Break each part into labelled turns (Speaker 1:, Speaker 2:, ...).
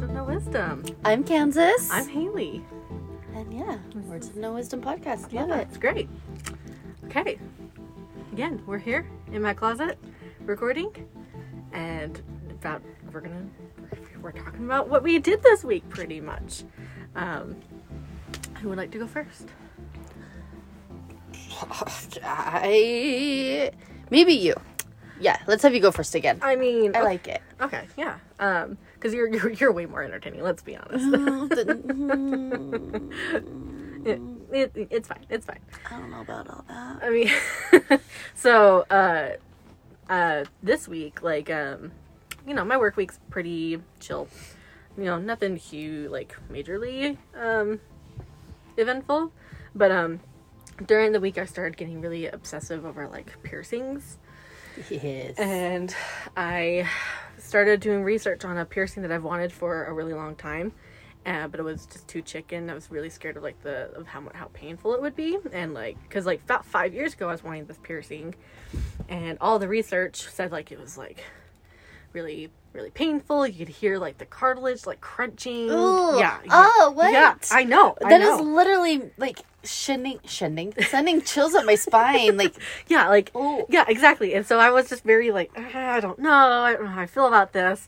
Speaker 1: Wisdom.
Speaker 2: I'm Kansas.
Speaker 1: I'm Haley.
Speaker 2: and yeah, Words of No Wisdom podcast.
Speaker 1: Yeah,
Speaker 2: Love it.
Speaker 1: it's great. Okay. Again, we're here in my closet recording, and about we're gonna we're talking about what we did this week, pretty much. Um, who would like to go first?
Speaker 2: I maybe you. Yeah, let's have you go first again.
Speaker 1: I mean,
Speaker 2: I like it.
Speaker 1: Oh, okay, yeah, um, because you're, you're you're way more entertaining. Let's be honest.
Speaker 2: Mm,
Speaker 1: It- it, it's fine. It's fine.
Speaker 2: I don't know about all that.
Speaker 1: I mean, so uh, uh, this week, like, um, you know, my work week's pretty chill. You know, nothing huge, like majorly um, eventful, but um, during the week, I started getting really obsessive over like piercings,
Speaker 2: Yes.
Speaker 1: and I started doing research on a piercing that I've wanted for a really long time. Uh, but it was just too chicken. I was really scared of like the of how mu- how painful it would be, and like because like about five years ago I was wanting this piercing, and all the research said like it was like really really painful. You could hear like the cartilage like crunching.
Speaker 2: Ooh.
Speaker 1: Yeah.
Speaker 2: Oh,
Speaker 1: yeah. Yeah.
Speaker 2: what?
Speaker 1: I know. I
Speaker 2: That
Speaker 1: know.
Speaker 2: is literally like sending, sending, sending chills up my spine. Like,
Speaker 1: yeah like
Speaker 2: Oh.
Speaker 1: yeah exactly and so i was just very like "Ah, i don't know i don't know how i feel about this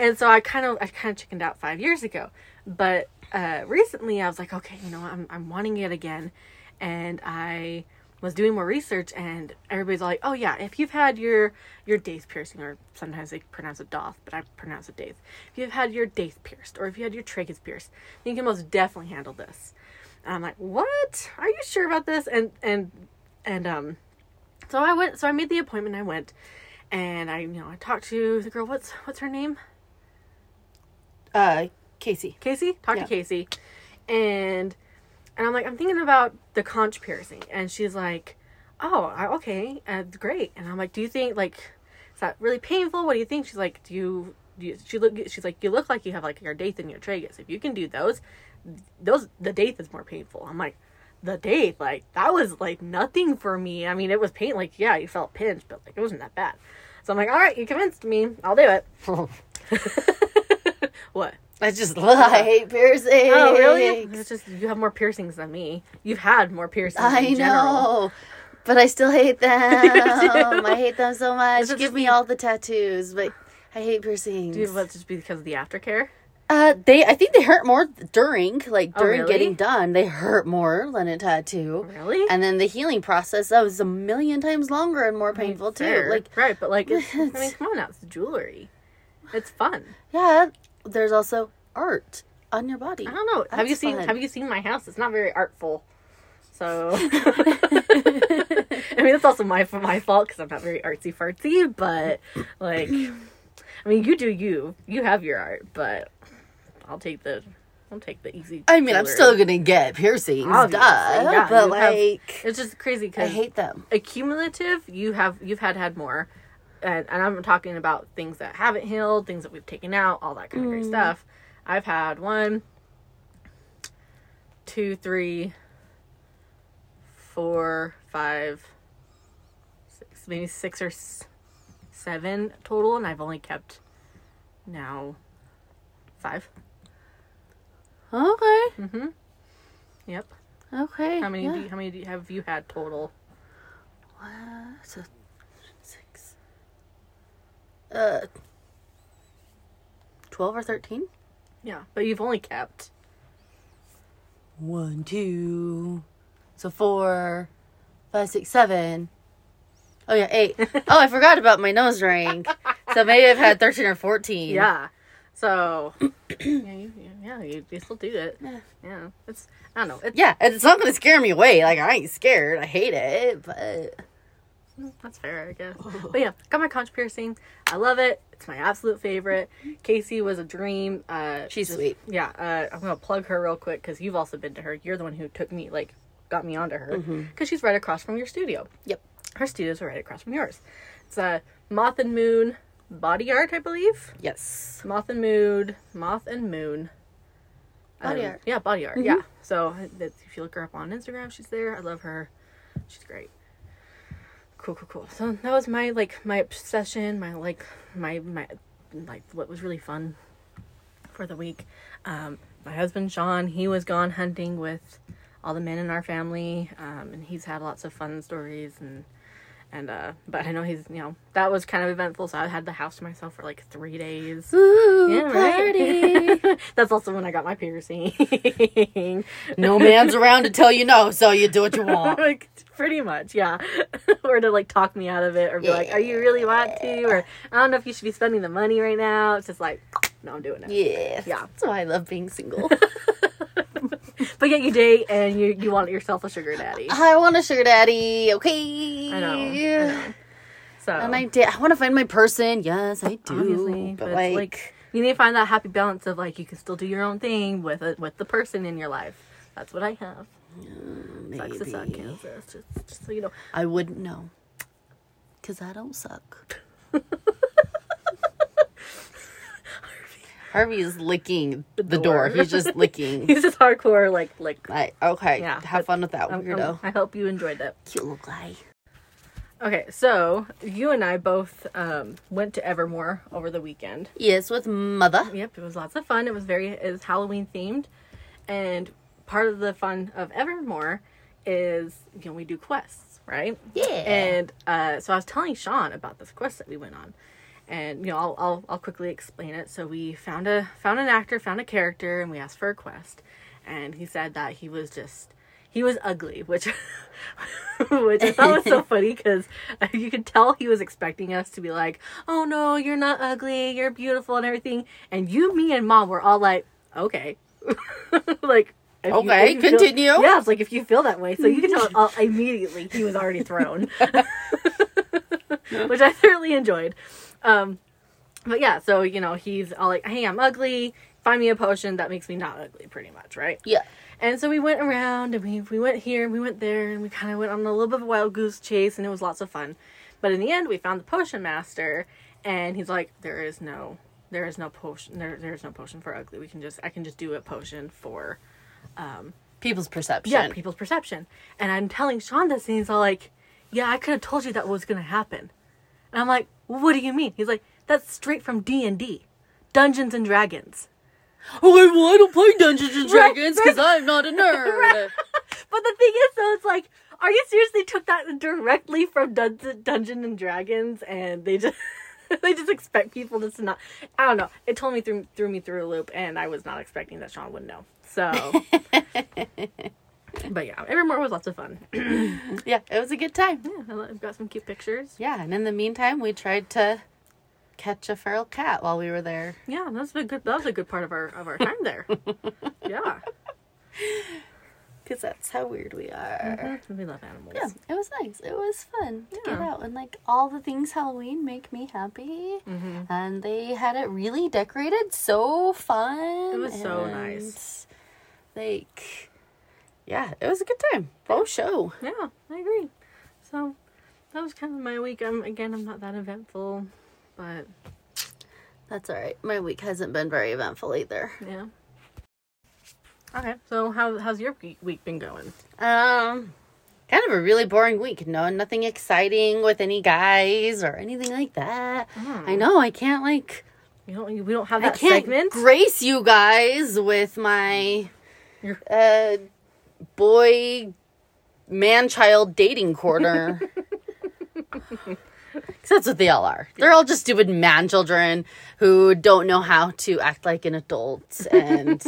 Speaker 1: and so i kind of i kind of chickened out five years ago but uh recently i was like okay you know what, i'm, I'm wanting it again and i was doing more research and everybody's all like oh yeah if you've had your your daith piercing or sometimes they pronounce it doth but i pronounce it daith if you've had your daith pierced or if you had your tracheas pierced then you can most definitely handle this and i'm like what are you sure about this and and and um so I went. So I made the appointment. I went, and I, you know, I talked to the girl. What's what's her name?
Speaker 2: uh, Casey.
Speaker 1: Casey. Talked
Speaker 2: Yeah.
Speaker 1: to Casey, and and I'm like, I'm thinking about the conch piercing, and she's like, Oh, I, okay, uh, great. And I'm like, Do you think like is that really painful? What do you think? She's like, Do you? Do you she look. She's like, You look like you have like your date and your tragus. If you can do those, those the date is more painful. I'm like. The date, like that was like nothing for me. I mean, it was pain. Like, yeah, you felt pinched, but like it wasn't that bad. So I'm like, all right, you convinced me. I'll do it. what?
Speaker 2: I just I hate piercings.
Speaker 1: Oh, really? It's just you have more piercings than me. You've had more piercings.
Speaker 2: I
Speaker 1: in general.
Speaker 2: know, but I still hate them. I hate them so much.
Speaker 1: Is it
Speaker 2: Give
Speaker 1: just
Speaker 2: me all the tattoos, but I hate piercings.
Speaker 1: Do you that's just because of the aftercare?
Speaker 2: uh, they, I think they hurt more during, like
Speaker 1: Oh,
Speaker 2: during
Speaker 1: really?
Speaker 2: getting done. They hurt more than a tattoo,
Speaker 1: Really?
Speaker 2: and then the healing process that was a million times longer and more painful too.
Speaker 1: Fair.
Speaker 2: Like,
Speaker 1: right, but like, it's, I mean, come on, now, it's jewelry. It's fun.
Speaker 2: yeah, there's also art on your body.
Speaker 1: I don't know. have you
Speaker 2: That's
Speaker 1: seen
Speaker 2: fun.
Speaker 1: Have you seen my house? It's not very artful. So, I mean, that's also my my fault because I'm not very artsy fartsy. But like, I mean, you do you. You have your art, but I'll take the I'll take the easy.
Speaker 2: I mean, I'm
Speaker 1: jewelry.
Speaker 2: still gonna get piercings,
Speaker 1: Obviously,
Speaker 2: duh.
Speaker 1: yeah,
Speaker 2: but
Speaker 1: you have-
Speaker 2: like,
Speaker 1: It's just crazy
Speaker 2: I
Speaker 1: because
Speaker 2: hate them.
Speaker 1: accumulative you have you've had had more and, and i'm talking about things that haven't healed things that we've taken out all that kind of great stuff i've had one two three four five six maybe six or s- seven total and i've only kept now five
Speaker 2: Okay,
Speaker 1: mm-hmm yep
Speaker 2: okay.
Speaker 1: how many
Speaker 2: yeah.
Speaker 1: do you, how many do you, have you had total
Speaker 2: One, Uh, so six. Uh, twelve or thirteen?
Speaker 1: yeah but you've only kept
Speaker 2: One, two. So four, five, six, seven. Oh yeah, eight. oh, I forgot about my nose ring. So maybe I've had thirteen or fourteen.
Speaker 1: Yeah. So yeah, you, yeah, you, you still do it. Yeah. It's I don't know. It's,
Speaker 2: Yeah, and it's not gonna scare me away. Like I ain't scared. I hate it, but
Speaker 1: that's fair, I guess. But yeah, got my conch piercing. I love it. It's my absolute favorite. Casey was a dream. Uh,
Speaker 2: she's sweet.
Speaker 1: yeah, uh, I'm gonna plug her real quick because you've also been to her. You're the one who took me, like, got me onto her because she's right across from your studio.
Speaker 2: Yep.
Speaker 1: Her studios are right across from yours. It's uh, Moth and Moon Body Art, I believe.
Speaker 2: Yes.
Speaker 1: Moth and Mood, Moth and Moon.
Speaker 2: Body art. Mm-hmm.
Speaker 1: Yeah, body art. Yeah. So that's, if you look her up on Instagram, she's there. I love her. She's great. Cool, cool, cool. So that was my like my obsession, my like my my like what was really fun for the week. Um, my husband Sean, he was gone hunting with all the men in our family, um, and he's had lots of fun stories and and uh, but I know he's you know that was kind of eventful, so I had the house to myself for like three days.
Speaker 2: Ooh,
Speaker 1: Yeah,
Speaker 2: party.
Speaker 1: right? That's also when I got my piercing.
Speaker 2: no man's around to tell you no, so you do what you want.
Speaker 1: like pretty much, yeah. or to like talk me out of it, or be like, "Are you really want to?" Or I don't know if you should be spending the money right now. It's just like, no, I'm doing it.
Speaker 2: Yes.
Speaker 1: Yeah.
Speaker 2: That's why I love being single.
Speaker 1: But yet you date and you you want yourself a sugar daddy.
Speaker 2: I want a sugar daddy. Okay.
Speaker 1: I know. I know. So
Speaker 2: And I did. I want to find my person. Yes, I do.
Speaker 1: obviously,
Speaker 2: but
Speaker 1: but
Speaker 2: like,
Speaker 1: it's like you need to find that happy balance of like you can still do your own thing with it with the person in your life. That's what I have. Sucks to suck,
Speaker 2: maybe
Speaker 1: Kansas. Just, just so you know.
Speaker 2: I wouldn't know, cause I don't suck. Harvey is licking the,
Speaker 1: door.
Speaker 2: door. He's just licking.
Speaker 1: He's just hardcore, like like.
Speaker 2: I, okay,
Speaker 1: Yeah,
Speaker 2: have
Speaker 1: but
Speaker 2: fun with that
Speaker 1: I'm- I'm-
Speaker 2: weirdo.
Speaker 1: Um, I hope you enjoyed that.
Speaker 2: Cute little guy.
Speaker 1: Okay, so you and I both um, went to Evermore over the weekend.
Speaker 2: Yes, with mother.
Speaker 1: Yep, it was lots of fun. It was very it was Halloween themed, and part of the fun of Evermore is you know we do quests, right?
Speaker 2: Yeah.
Speaker 1: And uh, so I was telling Sean about this quest that we went on, and you know I'll, I'll I'll quickly explain it. So we found a found an actor, found a character, and we asked for a quest, and he said that he was just he was ugly, which which I thought was so funny because you could tell he was expecting us to be like, oh no, you're not ugly, you're beautiful and everything, and you, me, and mom were all like, okay, like. if you-
Speaker 2: Okay,
Speaker 1: if you feel-
Speaker 2: continue.
Speaker 1: yeah, it's like if you feel that way, so you can tell uh, immediately he was already thrown, which I thoroughly enjoyed. Um, but yeah, so you know he's all like, "Hey, I'm ugly. Find me a potion that makes me not ugly," pretty much, right?
Speaker 2: Yeah.
Speaker 1: And so we went around and we, we went here and we went there and we kind of went on a little bit of a wild goose chase and it was lots of fun. But in the end, we found the potion master and he's like, there is no, there is no potion, there, there is no potion for ugly. We can just, I can just do a potion for,
Speaker 2: People's perception.
Speaker 1: yeah, people's perception. And I'm telling Sean this and he's all like, yeah, I could have told you that was going to happen. And I'm like, what do you mean? He's like, that's straight from D&D, Dungeons and Dragons.
Speaker 2: Oh, wait, well, I don't play Dungeons and
Speaker 1: Right,
Speaker 2: Dragons because I'm not a nerd.
Speaker 1: But the thing is, though, it's like, are you seriously took that directly from Dun- Dungeon and Dragons, and they just they just expect people just to not? I don't know. It told me through threw me through a loop, and I was not expecting that Sean would know. So, but yeah, Evermore was lots of fun.
Speaker 2: Yeah, it was a good time.
Speaker 1: I've got some cute pictures.
Speaker 2: Yeah, and in the meantime, we tried to catch a feral cat while we were there.
Speaker 1: Yeah, that's been good. That was a good part of our of our time there. yeah,
Speaker 2: Because that's how weird we are.
Speaker 1: we love animals.
Speaker 2: Yeah, it was nice. It was fun to get
Speaker 1: Yeah.
Speaker 2: out. And like all the things Halloween make me happy. And they had it really decorated so fun.
Speaker 1: It was so
Speaker 2: and,
Speaker 1: nice.
Speaker 2: Like, yeah, it was a good time. Oh, show.
Speaker 1: Yeah, I agree. So that was kind of my week. I'm again, I'm not that eventful, but
Speaker 2: That's all right. My week hasn't been very eventful either.
Speaker 1: yeah. Okay, so how how's your week- week been going?
Speaker 2: Um, kind of a really boring week. No, nothing exciting with any guys or anything like that. I know I can't like
Speaker 1: You don't you- we don't have
Speaker 2: I
Speaker 1: Hmm. that
Speaker 2: can't
Speaker 1: segment.
Speaker 2: grace you guys with my
Speaker 1: Your-
Speaker 2: uh boy man child dating corner. 'Cause that's what they all are. They're all just stupid man children who don't know how to act like an adult. And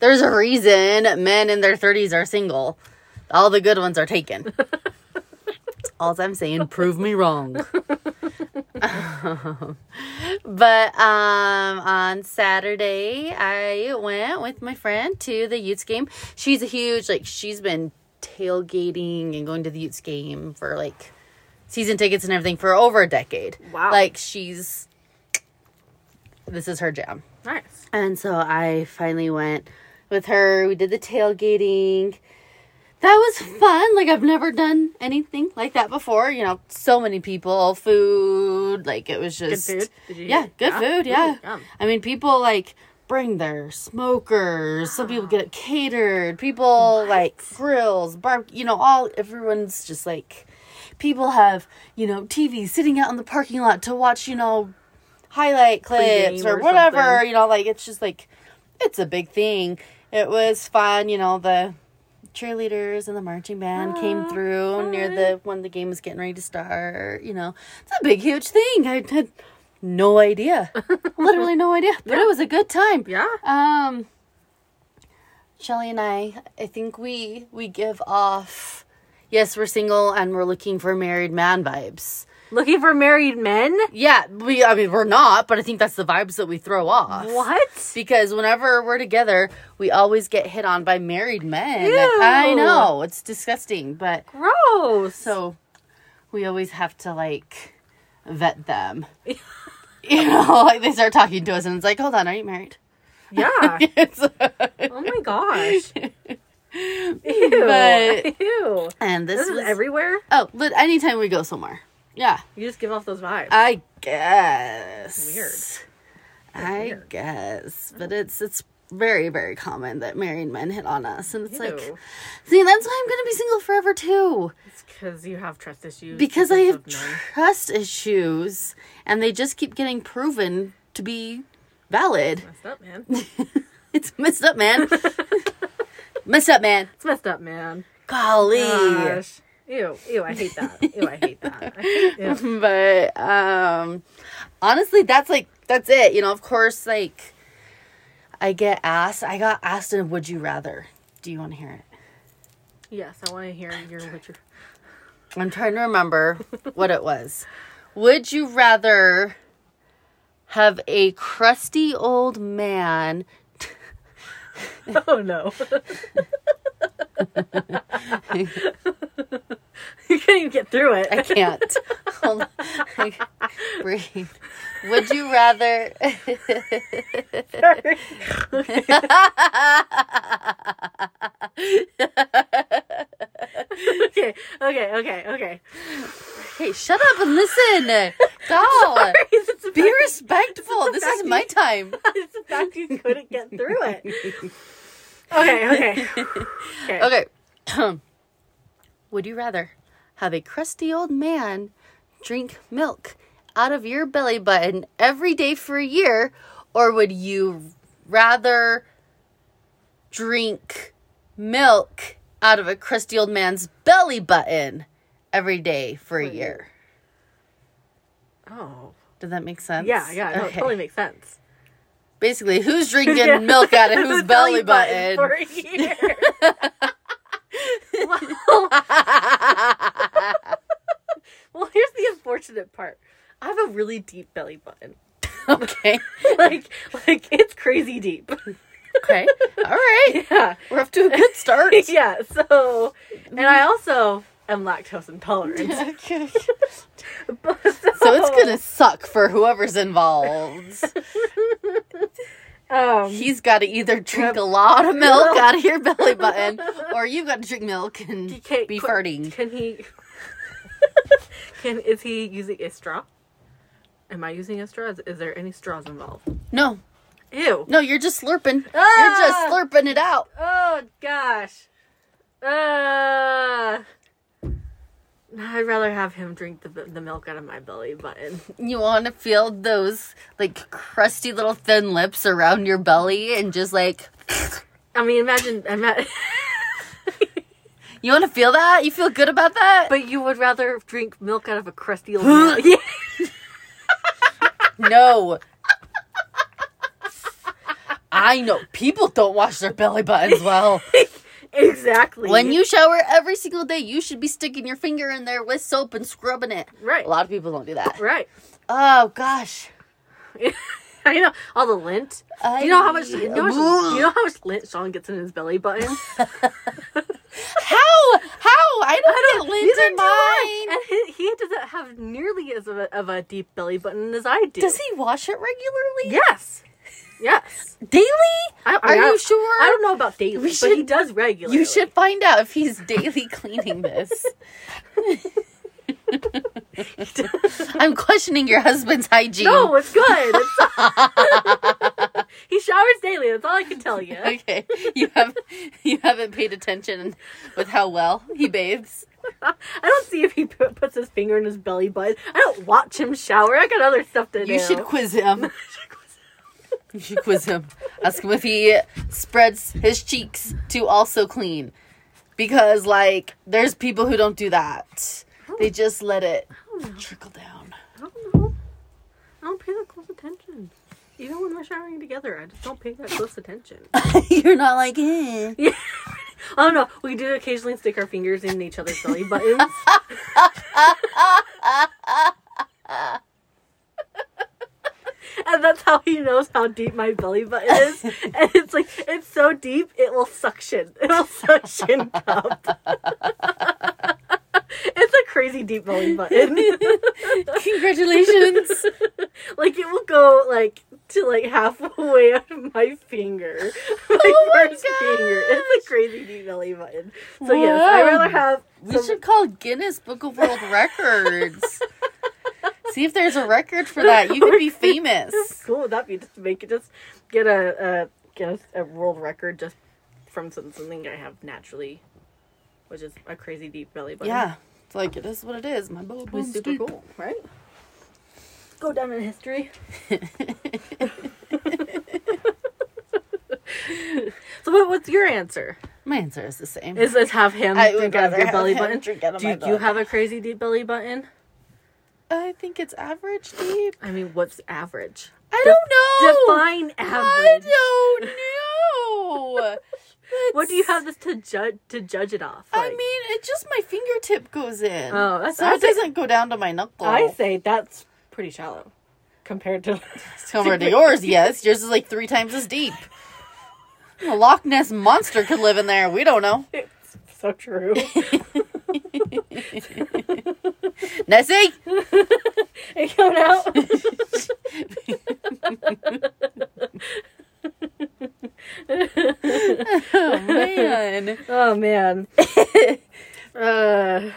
Speaker 2: there's a reason men in their 30s are single. All the good ones are taken. all I'm saying, prove me wrong. But um, on Saturday, I went with my friend to the Utes game. She's a huge like she's been tailgating and going to the Utes game for like season tickets and everything for over a decade.
Speaker 1: Wow.
Speaker 2: Like she's this is her jam.
Speaker 1: nice.
Speaker 2: And so I finally went with her. We did the tailgating. That was fun. Like I've never done anything like that before. You know, so many people, food. Like it was just
Speaker 1: food? Did you-
Speaker 2: yeah, good
Speaker 1: yeah?
Speaker 2: food. Yeah,
Speaker 1: Ooh, yum.
Speaker 2: I mean, people like bring their smokers. Some people get it catered. People like grills, barbecue. You know, all everyone's just like people have you know TVs sitting out in the parking lot to watch. You know highlight clips
Speaker 1: Pre-game
Speaker 2: or,
Speaker 1: or
Speaker 2: whatever.
Speaker 1: something.
Speaker 2: You know, like it's just like it's a big thing. It was fun. You know, the cheerleaders and the marching band came
Speaker 1: Aw,
Speaker 2: through near
Speaker 1: fun.
Speaker 2: the when the game was getting ready to start. You know, it's a big, huge thing. I had no idea, literally no idea, but it was a good time.
Speaker 1: Yeah.
Speaker 2: Um, Shelly and I, I think we we give off. Yes, we're single and we're looking for married man vibes.
Speaker 1: Looking for married men?
Speaker 2: Yeah, we. I mean, we're not, but I think that's the vibes that we throw off.
Speaker 1: What?
Speaker 2: Because whenever we're together, we always get hit on by married men.
Speaker 1: Ew.
Speaker 2: I know it's disgusting, but
Speaker 1: Gross.
Speaker 2: so we always have to like vet them. you know, like they start talking to us, and it's like, hold on, are you married?
Speaker 1: yeah.
Speaker 2: It's-
Speaker 1: Oh my gosh. Ew.
Speaker 2: But-
Speaker 1: Ew.
Speaker 2: And this,
Speaker 1: This is
Speaker 2: was-
Speaker 1: everywhere.
Speaker 2: oh, lit, anytime we go somewhere. Yeah,
Speaker 1: You just give off those vibes.
Speaker 2: I guess.
Speaker 1: Weird.
Speaker 2: I
Speaker 1: weird.
Speaker 2: guess, but it's it's very very common that married men hit on us, and it's like,
Speaker 1: Ew.
Speaker 2: see, that's why I'm gonna be single forever too,
Speaker 1: it's because you have trust issues.
Speaker 2: because I have
Speaker 1: of men.
Speaker 2: trust issues, and they just keep getting proven to be valid.
Speaker 1: messed up, man.
Speaker 2: It's messed up, man. messed up, man.
Speaker 1: It's messed up, man.
Speaker 2: Golly.
Speaker 1: Gosh. Ew. Ew. I hate that. Ew. I hate that. I hate, ew.
Speaker 2: but um honestly that's like that's it you know of course like i get asked i got asked in would you rather do you want to hear it
Speaker 1: Yes, I want to hear your what you
Speaker 2: i'm trying to remember what it was would you rather have a crusty old man
Speaker 1: Oh no. you can't even get through it.
Speaker 2: i can't Hold on. breathe would you rather
Speaker 1: okay, okay, okay, okay.
Speaker 2: hey shut up and listen god
Speaker 1: Sorry, it's a
Speaker 2: Be
Speaker 1: fact-
Speaker 2: respectful. This is my time.
Speaker 1: it's the fact you couldn't get through it. Okay, okay. Okay.
Speaker 2: Okay. Would you rather have a crusty old man drink milk out of your belly button every day for a year, or would you rather drink milk out of a crusty old man's belly button every day for a
Speaker 1: a
Speaker 2: year?
Speaker 1: Oh.
Speaker 2: Does that make sense?
Speaker 1: Yeah, yeah, no, it totally makes sense.
Speaker 2: Basically, who's drinking
Speaker 1: Yeah.
Speaker 2: milk out of whose
Speaker 1: Whose
Speaker 2: belly button?
Speaker 1: for a year. well, well, here's the unfortunate part. I have a really deep belly button.
Speaker 2: okay.
Speaker 1: Like, like it's crazy deep.
Speaker 2: Okay. All right.
Speaker 1: Yeah.
Speaker 2: We're off to a good start.
Speaker 1: yeah, so and I also am lactose intolerant.
Speaker 2: Okay.
Speaker 1: so
Speaker 2: So it's gonna suck for whoever's involved.
Speaker 1: um
Speaker 2: He's got to either drink a lot of milk out of your belly button, or you've got to drink milk and
Speaker 1: he can't
Speaker 2: be
Speaker 1: qu-
Speaker 2: farting.
Speaker 1: Can he Can is he using a straw? Am I using a straw? Is, is there any straws involved?
Speaker 2: No,
Speaker 1: Ew.
Speaker 2: no, you're just slurping.
Speaker 1: Ah!
Speaker 2: You're just slurping it out.
Speaker 1: Oh gosh. Uh I'd rather have him drink the the milk out of my belly button.
Speaker 2: You want to feel those like crusty little thin lips around your belly, and just like
Speaker 1: I mean, imagine, ima-
Speaker 2: you want to feel that. You feel good about that.
Speaker 1: but you would rather drink milk out of a crusty old man. Yeah.
Speaker 2: No. I know people don't wash their belly buttons well.
Speaker 1: Exactly.
Speaker 2: When you shower every single day, you should be sticking your finger in there with soap and scrubbing it.
Speaker 1: right,
Speaker 2: A lot of people don't do that.
Speaker 1: right.
Speaker 2: Oh gosh.
Speaker 1: I know all the lint.
Speaker 2: I
Speaker 1: Do you know how much? Do you know, how much
Speaker 2: Ugh.
Speaker 1: do you know how much lint Sean gets in his belly button?
Speaker 2: How? How? I
Speaker 1: Neither do I.
Speaker 2: don't, get lint in mine.
Speaker 1: And he, he doesn't have nearly as of a, of a deep belly button as I do.
Speaker 2: Does he wash it regularly?
Speaker 1: Yes. Yes.
Speaker 2: Daily?
Speaker 1: I, I-
Speaker 2: Are you
Speaker 1: I-
Speaker 2: sure?
Speaker 1: I don't know about daily, but he
Speaker 2: should-
Speaker 1: does regularly.
Speaker 2: You should find out if he's daily cleaning this. I'm questioning your husband's hygiene.
Speaker 1: No, it's good. It's- he showers daily. That's all I can tell you.
Speaker 2: Okay, you have you haven't paid attention with how well he bathes.
Speaker 1: I don't see if he put, puts his finger in his belly button. I don't watch him shower. I got other stuff to do.
Speaker 2: You should quiz him. You should quiz him. Ask him if he spreads his cheeks to also clean. Because, like, there's people who don't do that. They just let it trickle down.
Speaker 1: I don't know. I don't pay that close attention. Even when we're showering together, I just don't pay that close attention. I
Speaker 2: You're not like, eh.
Speaker 1: don't know. We do occasionally stick our fingers in each other's belly buttons. and that's how he knows how deep my belly button is. And it's like, it's so deep, it will suction. It will suction up. it's a crazy deep belly button.
Speaker 2: Congratulations.
Speaker 1: like it will go like to like halfway up my finger. My
Speaker 2: Oh my
Speaker 1: first finger. It's a crazy deep belly E button. So yes, I
Speaker 2: Wow.
Speaker 1: rather have
Speaker 2: We
Speaker 1: some-
Speaker 2: should call Guinness Book of World Records. See if there's a record for that. You could be famous.
Speaker 1: cool would that be just to make it just get a, a get a, a world record just from some, something I have naturally, which is a crazy deep belly E button.
Speaker 2: Yeah. It's like it is what it is. My bubble
Speaker 1: It was super cool, right? Go down in history. so what, what's your answer?
Speaker 2: My answer is the same.
Speaker 1: Is this have him
Speaker 2: I would
Speaker 1: drink out of your
Speaker 2: rather
Speaker 1: belly
Speaker 2: have him
Speaker 1: button?
Speaker 2: drink out of
Speaker 1: Do
Speaker 2: my
Speaker 1: you
Speaker 2: belly
Speaker 1: have a crazy deep belly button?
Speaker 2: I think it's average deep.
Speaker 1: I mean, what's average?
Speaker 2: I don't know.
Speaker 1: Define
Speaker 2: I
Speaker 1: average.
Speaker 2: don't know.
Speaker 1: What do you
Speaker 2: That's-
Speaker 1: have this to judge to judge it off?
Speaker 2: I
Speaker 1: like?
Speaker 2: mean, it just my fingertip goes in.
Speaker 1: Oh, that's-
Speaker 2: so it
Speaker 1: that's-
Speaker 2: doesn't go down to my knuckle.
Speaker 1: I say that's pretty shallow compared to.
Speaker 2: Compared to yours, yes. Yours is like three times as deep. A Loch Ness monster could live in there. We don't know.
Speaker 1: it's so true.
Speaker 2: Nessie?
Speaker 1: It come out.
Speaker 2: Oh, man.
Speaker 1: Oh man. uh,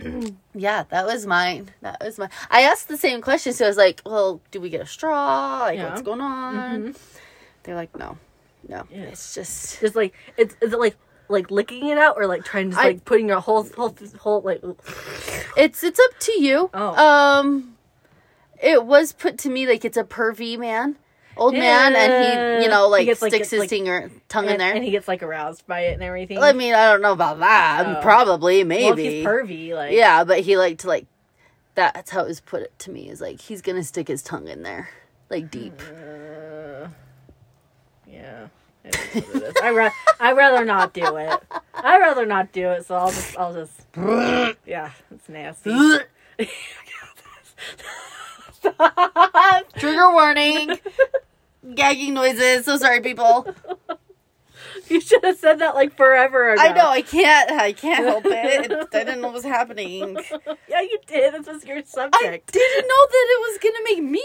Speaker 2: Yeah, that was mine. That was mine. I asked the same question, so I was like, "Well, do we get a straw? Like,
Speaker 1: Yeah. Mm-hmm.
Speaker 2: what's going on?" They're like, "No, no,
Speaker 1: Yeah.
Speaker 2: it's just
Speaker 1: just like it's is it like like licking it out or like trying to just,
Speaker 2: I-
Speaker 1: like putting your whole whole whole like
Speaker 2: it's it's up to you."
Speaker 1: Oh.
Speaker 2: Um, it was put to me like it's a pervy man, old man, and he, you
Speaker 1: Yeah.
Speaker 2: know,
Speaker 1: He
Speaker 2: like
Speaker 1: gets, like,
Speaker 2: sticks
Speaker 1: gets,
Speaker 2: his
Speaker 1: like-
Speaker 2: finger tongue in
Speaker 1: and,
Speaker 2: there.
Speaker 1: and he gets like aroused by it and everything.
Speaker 2: I mean, I don't know about that.
Speaker 1: Oh.
Speaker 2: Probably,
Speaker 1: well, if
Speaker 2: maybe.
Speaker 1: he's pervy, like
Speaker 2: yeah, but he liked to like. That's how it was put to me. Is like he's gonna stick his tongue in there, like deep.
Speaker 1: Uh, yeah. It is what it is. I ra- I rather not do it. I rather not do it. So I'll just I'll just yeah. It's nasty.
Speaker 2: Trigger warning. Gagging noises. So sorry, people.
Speaker 1: You should have said that like forever ago.
Speaker 2: I know I can't. I can't help it. I didn't know what was happening.
Speaker 1: Yeah, you did. This was your subject.
Speaker 2: I didn't know that it was gonna make me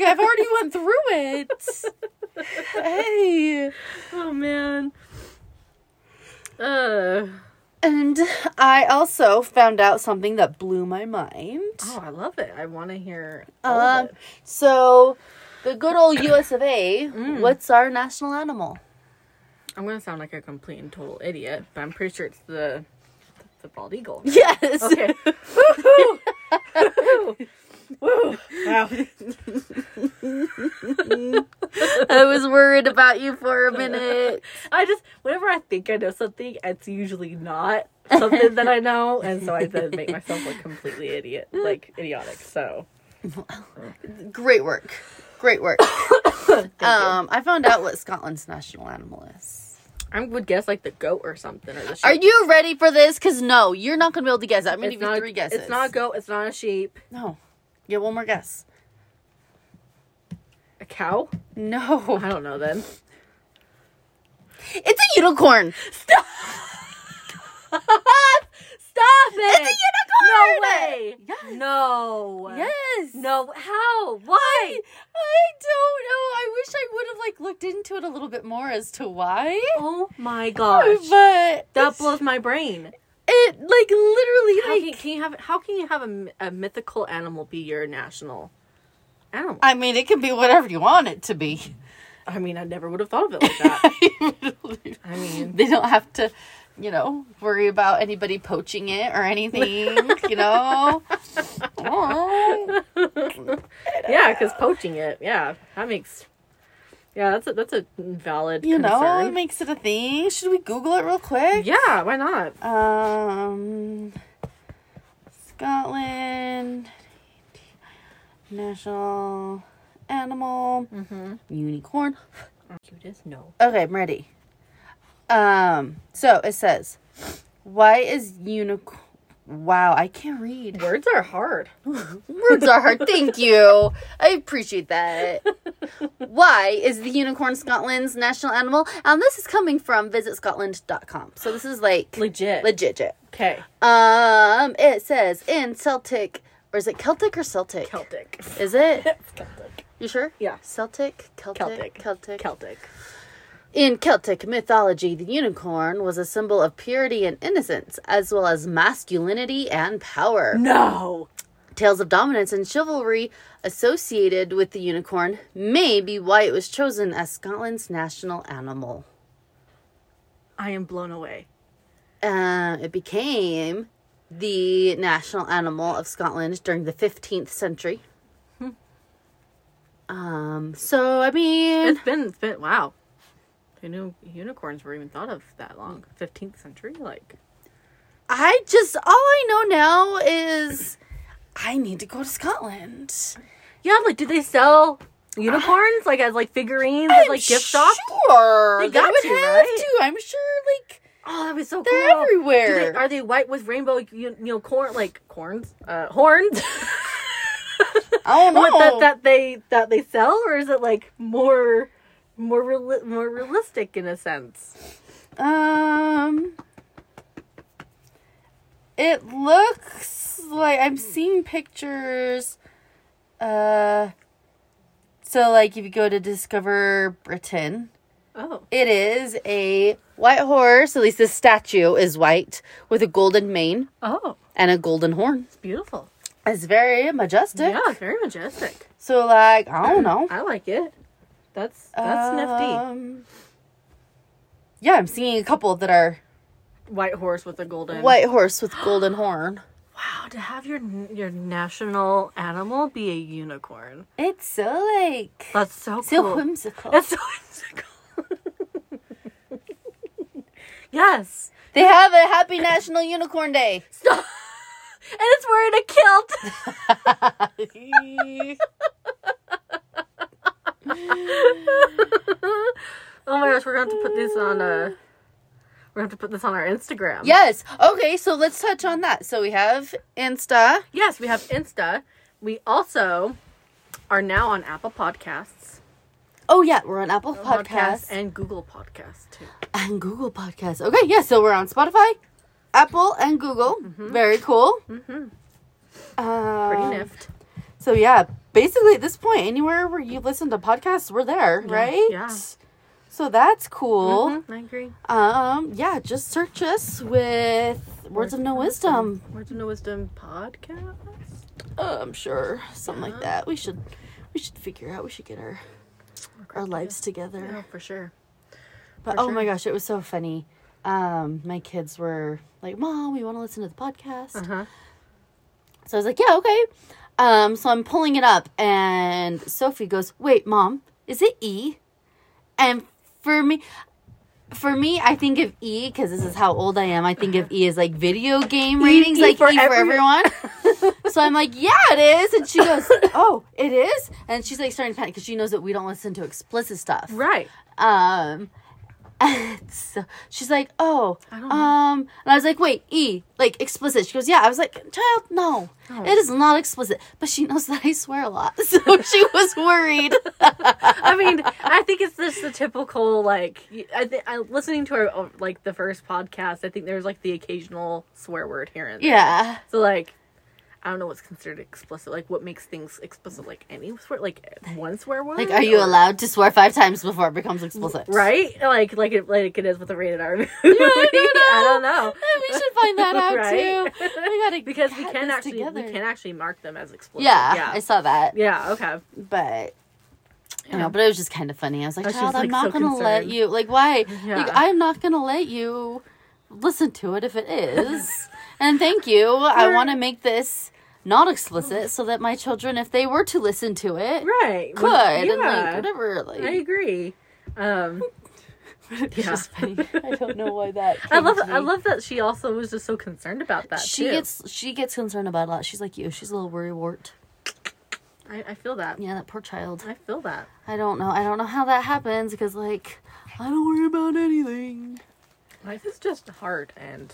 Speaker 2: gag. I've already went through it. Hey,
Speaker 1: Oh man. Uh,
Speaker 2: and I also found out something that blew my mind.
Speaker 1: oh, I love it. I want to hear. all of
Speaker 2: Um,
Speaker 1: it.
Speaker 2: so the good old U.S. of A. What's our national animal?
Speaker 1: I'm gonna sound like a complete and total idiot, but I'm pretty sure it's the the bald eagle.
Speaker 2: Yes.
Speaker 1: Okay. Woo-hoo! Woo-hoo! Woo! Wow.
Speaker 2: I was worried about you for a minute.
Speaker 1: I just whenever I think I know something, it's usually not something that I know, and so I then make myself look completely idiot, like idiotic. So
Speaker 2: Great work. Great work. um, I found out what Scotland's national animal is.
Speaker 1: I would guess like the goat or something or the sheep.
Speaker 2: Are you ready for this? Because no, you're not going to be able to guess. it. I'm going to give you three
Speaker 1: a,
Speaker 2: guesses.
Speaker 1: It's not a goat. It's not a sheep.
Speaker 2: No. Yeah, one more guess.
Speaker 1: A cow.
Speaker 2: No.
Speaker 1: I don't know then.
Speaker 2: It's a unicorn.
Speaker 1: Stop it!
Speaker 2: It's a
Speaker 1: No way!
Speaker 2: unicorn! Yes.
Speaker 1: No.
Speaker 2: Yes.
Speaker 1: No. How? Why?
Speaker 2: I don't know. I wish I would have like looked into it a little bit more as to why.
Speaker 1: Oh my gosh.
Speaker 2: But
Speaker 1: That blows my brain.
Speaker 2: it like literally
Speaker 1: How
Speaker 2: like
Speaker 1: can, can you have? How can you have a, m- a mythical animal be your national animal? I,
Speaker 2: I mean, it can be whatever you want it to be.
Speaker 1: mean, I never would have thought of it like that. I mean,
Speaker 2: they don't have to you know, worry about anybody poaching it or anything, you know? Oh.
Speaker 1: Yeah, because poaching it. Yeah, that makes. Yeah, that's a that's a valid
Speaker 2: You know, it
Speaker 1: concern.
Speaker 2: makes it a thing. Should we Google it real quick?
Speaker 1: yeah, why not?
Speaker 2: Um, Scotland, national animal, unicorn.
Speaker 1: Cutest no.
Speaker 2: Okay, I'm ready. Um, so it says, why is unicorn? Wow, I can't read.
Speaker 1: Words are hard.
Speaker 2: Words are hard. Thank you. I appreciate that. Why is the unicorn Scotland's national animal? And this is coming from visitscotland.com. So this is like
Speaker 1: Legit.
Speaker 2: legit. legit.
Speaker 1: Okay.
Speaker 2: Um, it says in Celtic, or is it Celtic or Celtic?
Speaker 1: Celtic.
Speaker 2: Is it?
Speaker 1: Celtic.
Speaker 2: You sure?
Speaker 1: Yeah.
Speaker 2: Celtic, Celtic,
Speaker 1: Celtic.
Speaker 2: Celtic, Celtic.
Speaker 1: Celtic.
Speaker 2: in Celtic mythology, the unicorn was a symbol of purity and innocence, as well as masculinity and power.
Speaker 1: No.
Speaker 2: Tales of dominance and chivalry associated with the unicorn may be why it was chosen as Scotland's national animal.
Speaker 1: I am blown away.
Speaker 2: Uh, it became the national animal of Scotland during the 15th century.
Speaker 1: Hmm.
Speaker 2: Um, so I mean,
Speaker 1: It's been, it's been wow. Who knew unicorns were even thought of that long? 15th century? Like,
Speaker 2: I just all I know now is I need to go to Scotland.
Speaker 1: yeah, like, did they sell unicorns? Like, as like figurines, as, like gift shops?
Speaker 2: Sure,
Speaker 1: They
Speaker 2: they,
Speaker 1: got
Speaker 2: would
Speaker 1: you,
Speaker 2: have
Speaker 1: right?
Speaker 2: to. I'm sure, like
Speaker 1: Oh, that'd be so cool.
Speaker 2: They're everywhere.
Speaker 1: Do they, are they white with rainbow, you, you know, corn, like corns, uh, horns? Oh.
Speaker 2: I don't know.
Speaker 1: What, that that they that they sell, or is it like more more reali- more realistic in a sense?
Speaker 2: Um, it looks like I'm seeing pictures. Uh, so like if you go to Discover Britain,
Speaker 1: Oh,
Speaker 2: it is a white horse. At least the statue is white with a golden mane
Speaker 1: oh,
Speaker 2: and a golden horn.
Speaker 1: it's beautiful.
Speaker 2: It's very majestic.
Speaker 1: Yeah, very majestic.
Speaker 2: So like I don't know.
Speaker 1: I like it. That's that's nifty.
Speaker 2: Um, Yeah, I'm seeing a couple that are
Speaker 1: White horse with a golden.
Speaker 2: white horse with golden horn.
Speaker 1: Wow, to have your your national animal be a unicorn.
Speaker 2: It's so like
Speaker 1: That's so
Speaker 2: so
Speaker 1: cool.
Speaker 2: whimsical.
Speaker 1: That's so whimsical. yes.
Speaker 2: They have a happy National Unicorn Day.
Speaker 1: Stop. And it's wearing a kilt. Oh my gosh, we're going to have to put this on uh we're going to have to put this on our Instagram.
Speaker 2: yes. Okay, so let's touch on that. So we have Insta.
Speaker 1: Yes, we have Insta. We also are now on Apple Podcasts,
Speaker 2: Oh yeah, we're on Apple Podcasts and-,
Speaker 1: and Google Podcasts too.
Speaker 2: Google Podcasts. Okay, yeah, so we're on Spotify, Apple and Google. Very cool. Um,
Speaker 1: Pretty nift.
Speaker 2: So yeah, basically at this point, anywhere where you listen to podcasts, we're there, right?
Speaker 1: yeah.
Speaker 2: So that's cool.
Speaker 1: Mhm, I agree.
Speaker 2: Um, yeah, just search us with words of no wisdom.
Speaker 1: Words of No Wisdom podcast.
Speaker 2: Uh, I'm sure something like that. We should, we should figure out. We should get our our lives together.
Speaker 1: Yeah, for sure.
Speaker 2: But oh my gosh, it was so funny. Um, my kids were like, "Mom, we want to listen to the podcast."
Speaker 1: Uh-huh.
Speaker 2: So I was like, "Yeah, okay." Um, so I'm pulling it up, and Sophie goes, "Wait, Mom, is it E?" And for me, for me, I think of E because this is how old I am. I think of E as like video game ratings,
Speaker 1: E
Speaker 2: like
Speaker 1: for
Speaker 2: E for
Speaker 1: every-
Speaker 2: everyone. so I'm like, "Yeah, it is," and she goes, "Oh, it is," and she's like starting to panic because she knows that we don't listen to explicit stuff.
Speaker 1: Right.
Speaker 2: Um, so she's like, oh,
Speaker 1: I
Speaker 2: um,
Speaker 1: don't know.
Speaker 2: and I was like, wait, E, like explicit. She goes, yeah. I was like, child, no,
Speaker 1: Oh.
Speaker 2: it is not explicit. But she knows that I swear a lot, so she was worried.
Speaker 1: I mean, I think it's just the typical like y- I think I listening to our uh, like the first podcast, I think there was like the occasional swear word here and there.
Speaker 2: yeah,
Speaker 1: So like I don't know what's considered explicit. Like what makes things explicit? Like any swear, like one swear word.
Speaker 2: like, are you
Speaker 1: Or-
Speaker 2: allowed to swear five times before it becomes explicit?
Speaker 1: Right? Like like it like it is with a rated R movie. I don't know.
Speaker 2: we should find that out
Speaker 1: Right?
Speaker 2: too. We gotta
Speaker 1: Because we
Speaker 2: cat
Speaker 1: can
Speaker 2: this
Speaker 1: actually
Speaker 2: together.
Speaker 1: we can actually mark them as explicit.
Speaker 2: Yeah, I
Speaker 1: Yeah.
Speaker 2: saw that,
Speaker 1: Yeah, okay.
Speaker 2: but. You
Speaker 1: Yeah.
Speaker 2: know, but it was just kind of funny. I was like,
Speaker 1: Oh, she's,
Speaker 2: "Child, I'm
Speaker 1: like,
Speaker 2: not
Speaker 1: so
Speaker 2: gonna let
Speaker 1: concerned.
Speaker 2: you. Like, why?
Speaker 1: Yeah.
Speaker 2: Like, I'm not gonna let you listen to it if it is. and thank you. I want to make this not explicit so that my children, if they were to listen to it,
Speaker 1: Right.
Speaker 2: could
Speaker 1: Yeah.
Speaker 2: and like whatever. Like
Speaker 1: I agree. Um,
Speaker 2: it's just funny. I don't know why that.
Speaker 1: I
Speaker 2: came
Speaker 1: love
Speaker 2: to
Speaker 1: I
Speaker 2: me.
Speaker 1: love that she also was just so concerned about that.
Speaker 2: She
Speaker 1: too.
Speaker 2: gets she gets concerned about a lot. She's like you. She's a little worry wart.
Speaker 1: I, I feel that.
Speaker 2: Yeah, that poor child.
Speaker 1: I feel that.
Speaker 2: I don't know. I don't know how that happens because like I don't worry about anything.
Speaker 1: Life is just hard, and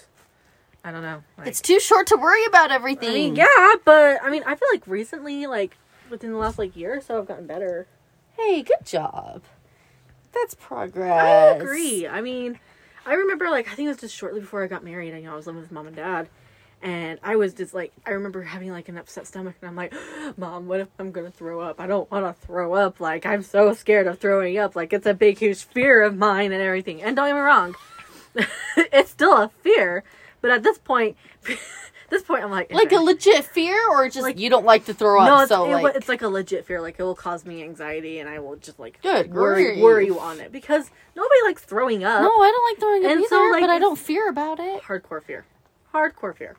Speaker 1: I don't know. like-
Speaker 2: It's too short to worry about everything.
Speaker 1: I mean, yeah, but I mean, I feel like recently, like within the last like year or so, I've gotten better.
Speaker 2: Hey, good job. That's progress.
Speaker 1: I agree. I mean, I remember like I think it was just shortly before I got married. I you know I was living with mom and dad, and I was just like I remember having like an upset stomach, and I'm like, Mom, what if I'm gonna throw up? I don't want to throw up. Like I'm so scared of throwing up. Like it's a big huge fear of mine and everything. And don't get me wrong, it's still a fear, but at this point, this point I'm like
Speaker 2: Like
Speaker 1: okay.
Speaker 2: a legit fear, or just
Speaker 1: Like-
Speaker 2: you don't like to throw up,
Speaker 1: no, it's,
Speaker 2: so
Speaker 1: it,
Speaker 2: like
Speaker 1: it's like a legit fear. Like it will cause me anxiety, and I will just like
Speaker 2: Good
Speaker 1: worry
Speaker 2: grief.
Speaker 1: worry you on it because nobody likes throwing up.
Speaker 2: no, I don't like throwing up
Speaker 1: And
Speaker 2: either,
Speaker 1: so, like,
Speaker 2: but I
Speaker 1: it's-
Speaker 2: don't fear about it.
Speaker 1: Hardcore fear, hardcore fear.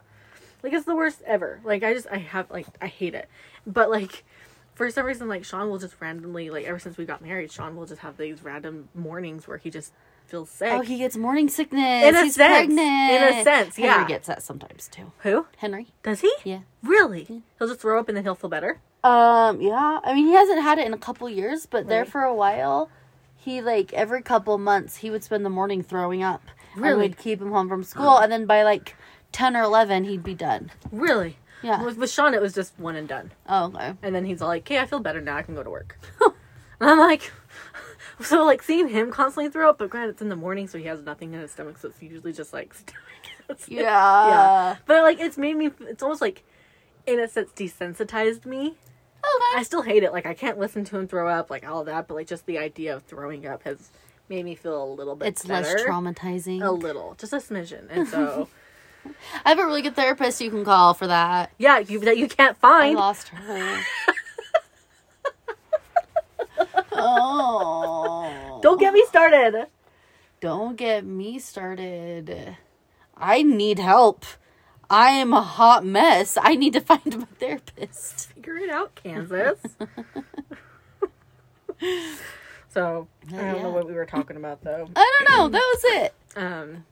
Speaker 1: Like it's the worst ever. Like I just I have like I hate it. But like for some reason, like Sean will just randomly like ever since we got married, Sean will just have these random mornings where he just feels sick.
Speaker 2: Oh, he gets morning sickness.
Speaker 1: In a
Speaker 2: He's
Speaker 1: sense.
Speaker 2: pregnant.
Speaker 1: In a sense, yeah.
Speaker 2: Henry gets that sometimes too.
Speaker 1: Who
Speaker 2: Henry.
Speaker 1: does he?
Speaker 2: Yeah.
Speaker 1: Really? He'll just throw up and then he'll feel better.
Speaker 2: Um. Yeah. I mean, he hasn't had it in a couple years, but there for a while, he like every couple months he would spend the morning throwing up. And
Speaker 1: Really?
Speaker 2: we'd keep him home from school, and then by like ten or eleven, he'd be done.
Speaker 1: Really?
Speaker 2: Yeah.
Speaker 1: With, with Sean, it was just one and done.
Speaker 2: Oh, okay.
Speaker 1: And then he's all like, okay, I feel better now. I can go to work. and I'm like, so like seeing him constantly throw up, but granted, it's in the morning, so he has nothing in his stomach, so it's usually just like stomach acid.
Speaker 2: Yeah.
Speaker 1: Yeah. Uh, But like, it's made me, it's almost like, in a sense, desensitized me.
Speaker 2: Okay.
Speaker 1: I still hate it. Like, I can't listen to him throw up, like all that, but like just the idea of throwing up has made me feel a little bit
Speaker 2: it's
Speaker 1: better. Oh.
Speaker 2: less traumatizing.
Speaker 1: A little, just a smidgen. And so,
Speaker 2: I have a really good therapist you can call for that.
Speaker 1: yeah, you, that you can't
Speaker 2: I
Speaker 1: find.
Speaker 2: lost her. oh.
Speaker 1: Don't get me started.
Speaker 2: Don't get me started. I need help. I am a hot mess. I need to find my therapist.
Speaker 1: figure it out, Kansas. so I don't
Speaker 2: yeah.
Speaker 1: know what we were talking about though.
Speaker 2: I don't know. That was it.
Speaker 1: Um,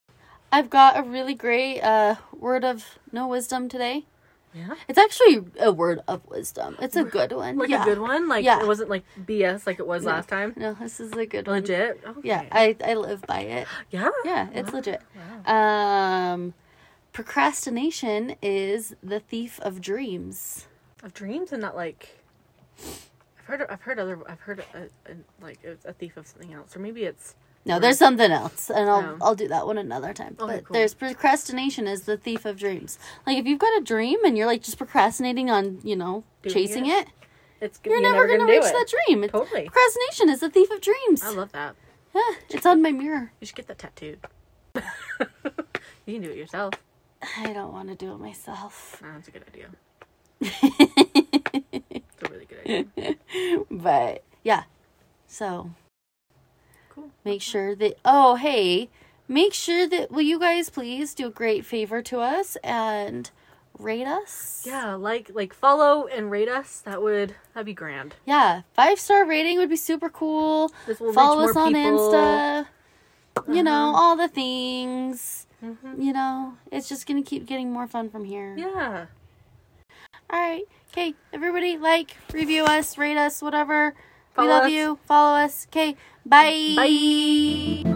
Speaker 2: I've got a really great uh, word of no wisdom today.
Speaker 1: yeah,
Speaker 2: It's actually a word of wisdom. It's a good one.
Speaker 1: like
Speaker 2: yeah.
Speaker 1: a good one. Like
Speaker 2: Yeah.
Speaker 1: it wasn't like BS like it was last time.
Speaker 2: No, this is a good one.
Speaker 1: Legit. Okay.
Speaker 2: Yeah, I, I live by it.
Speaker 1: yeah.
Speaker 2: Yeah, it's legit.
Speaker 1: Wow.
Speaker 2: Um, procrastination is the thief of dreams.
Speaker 1: Of dreams and not like. I've heard. I've heard other. I've heard a, a, like a thief of something else, or maybe it's.
Speaker 2: No, there's something else, and I'll
Speaker 1: Oh.
Speaker 2: I'll do that one another time.
Speaker 1: Okay,
Speaker 2: but
Speaker 1: cool.
Speaker 2: there's procrastination is the thief of dreams. Like if you've got a dream and you're like just procrastinating on you know
Speaker 1: Doing
Speaker 2: chasing
Speaker 1: it.
Speaker 2: it,
Speaker 1: It's
Speaker 2: you're, never,
Speaker 1: do
Speaker 2: gonna, reach
Speaker 1: it.
Speaker 2: that dream. It's-
Speaker 1: Totally.
Speaker 2: Procrastination is the thief of dreams.
Speaker 1: I love that.
Speaker 2: Yeah, it's on my mirror.
Speaker 1: You should get that tattooed. you can do it yourself.
Speaker 2: I don't want to do it myself,
Speaker 1: Oh, that's a good idea. It's a really good idea.
Speaker 2: but yeah. So
Speaker 1: Cool.
Speaker 2: make sure that oh hey make sure that will you guys please do a great favor to us and rate us
Speaker 1: Yeah, like like follow and rate us. That would that'd be grand.
Speaker 2: yeah five star rating would be super cool
Speaker 1: This will
Speaker 2: follow
Speaker 1: reach
Speaker 2: us
Speaker 1: more
Speaker 2: on
Speaker 1: people. Uh-huh.
Speaker 2: insta you know all the things
Speaker 1: Mhm.
Speaker 2: you know it's just gonna keep getting more fun from here
Speaker 1: Yeah.
Speaker 2: all right okay everybody like review us rate us whatever
Speaker 1: Follow
Speaker 2: we love
Speaker 1: us.
Speaker 2: you follow us okay bye
Speaker 1: Bye.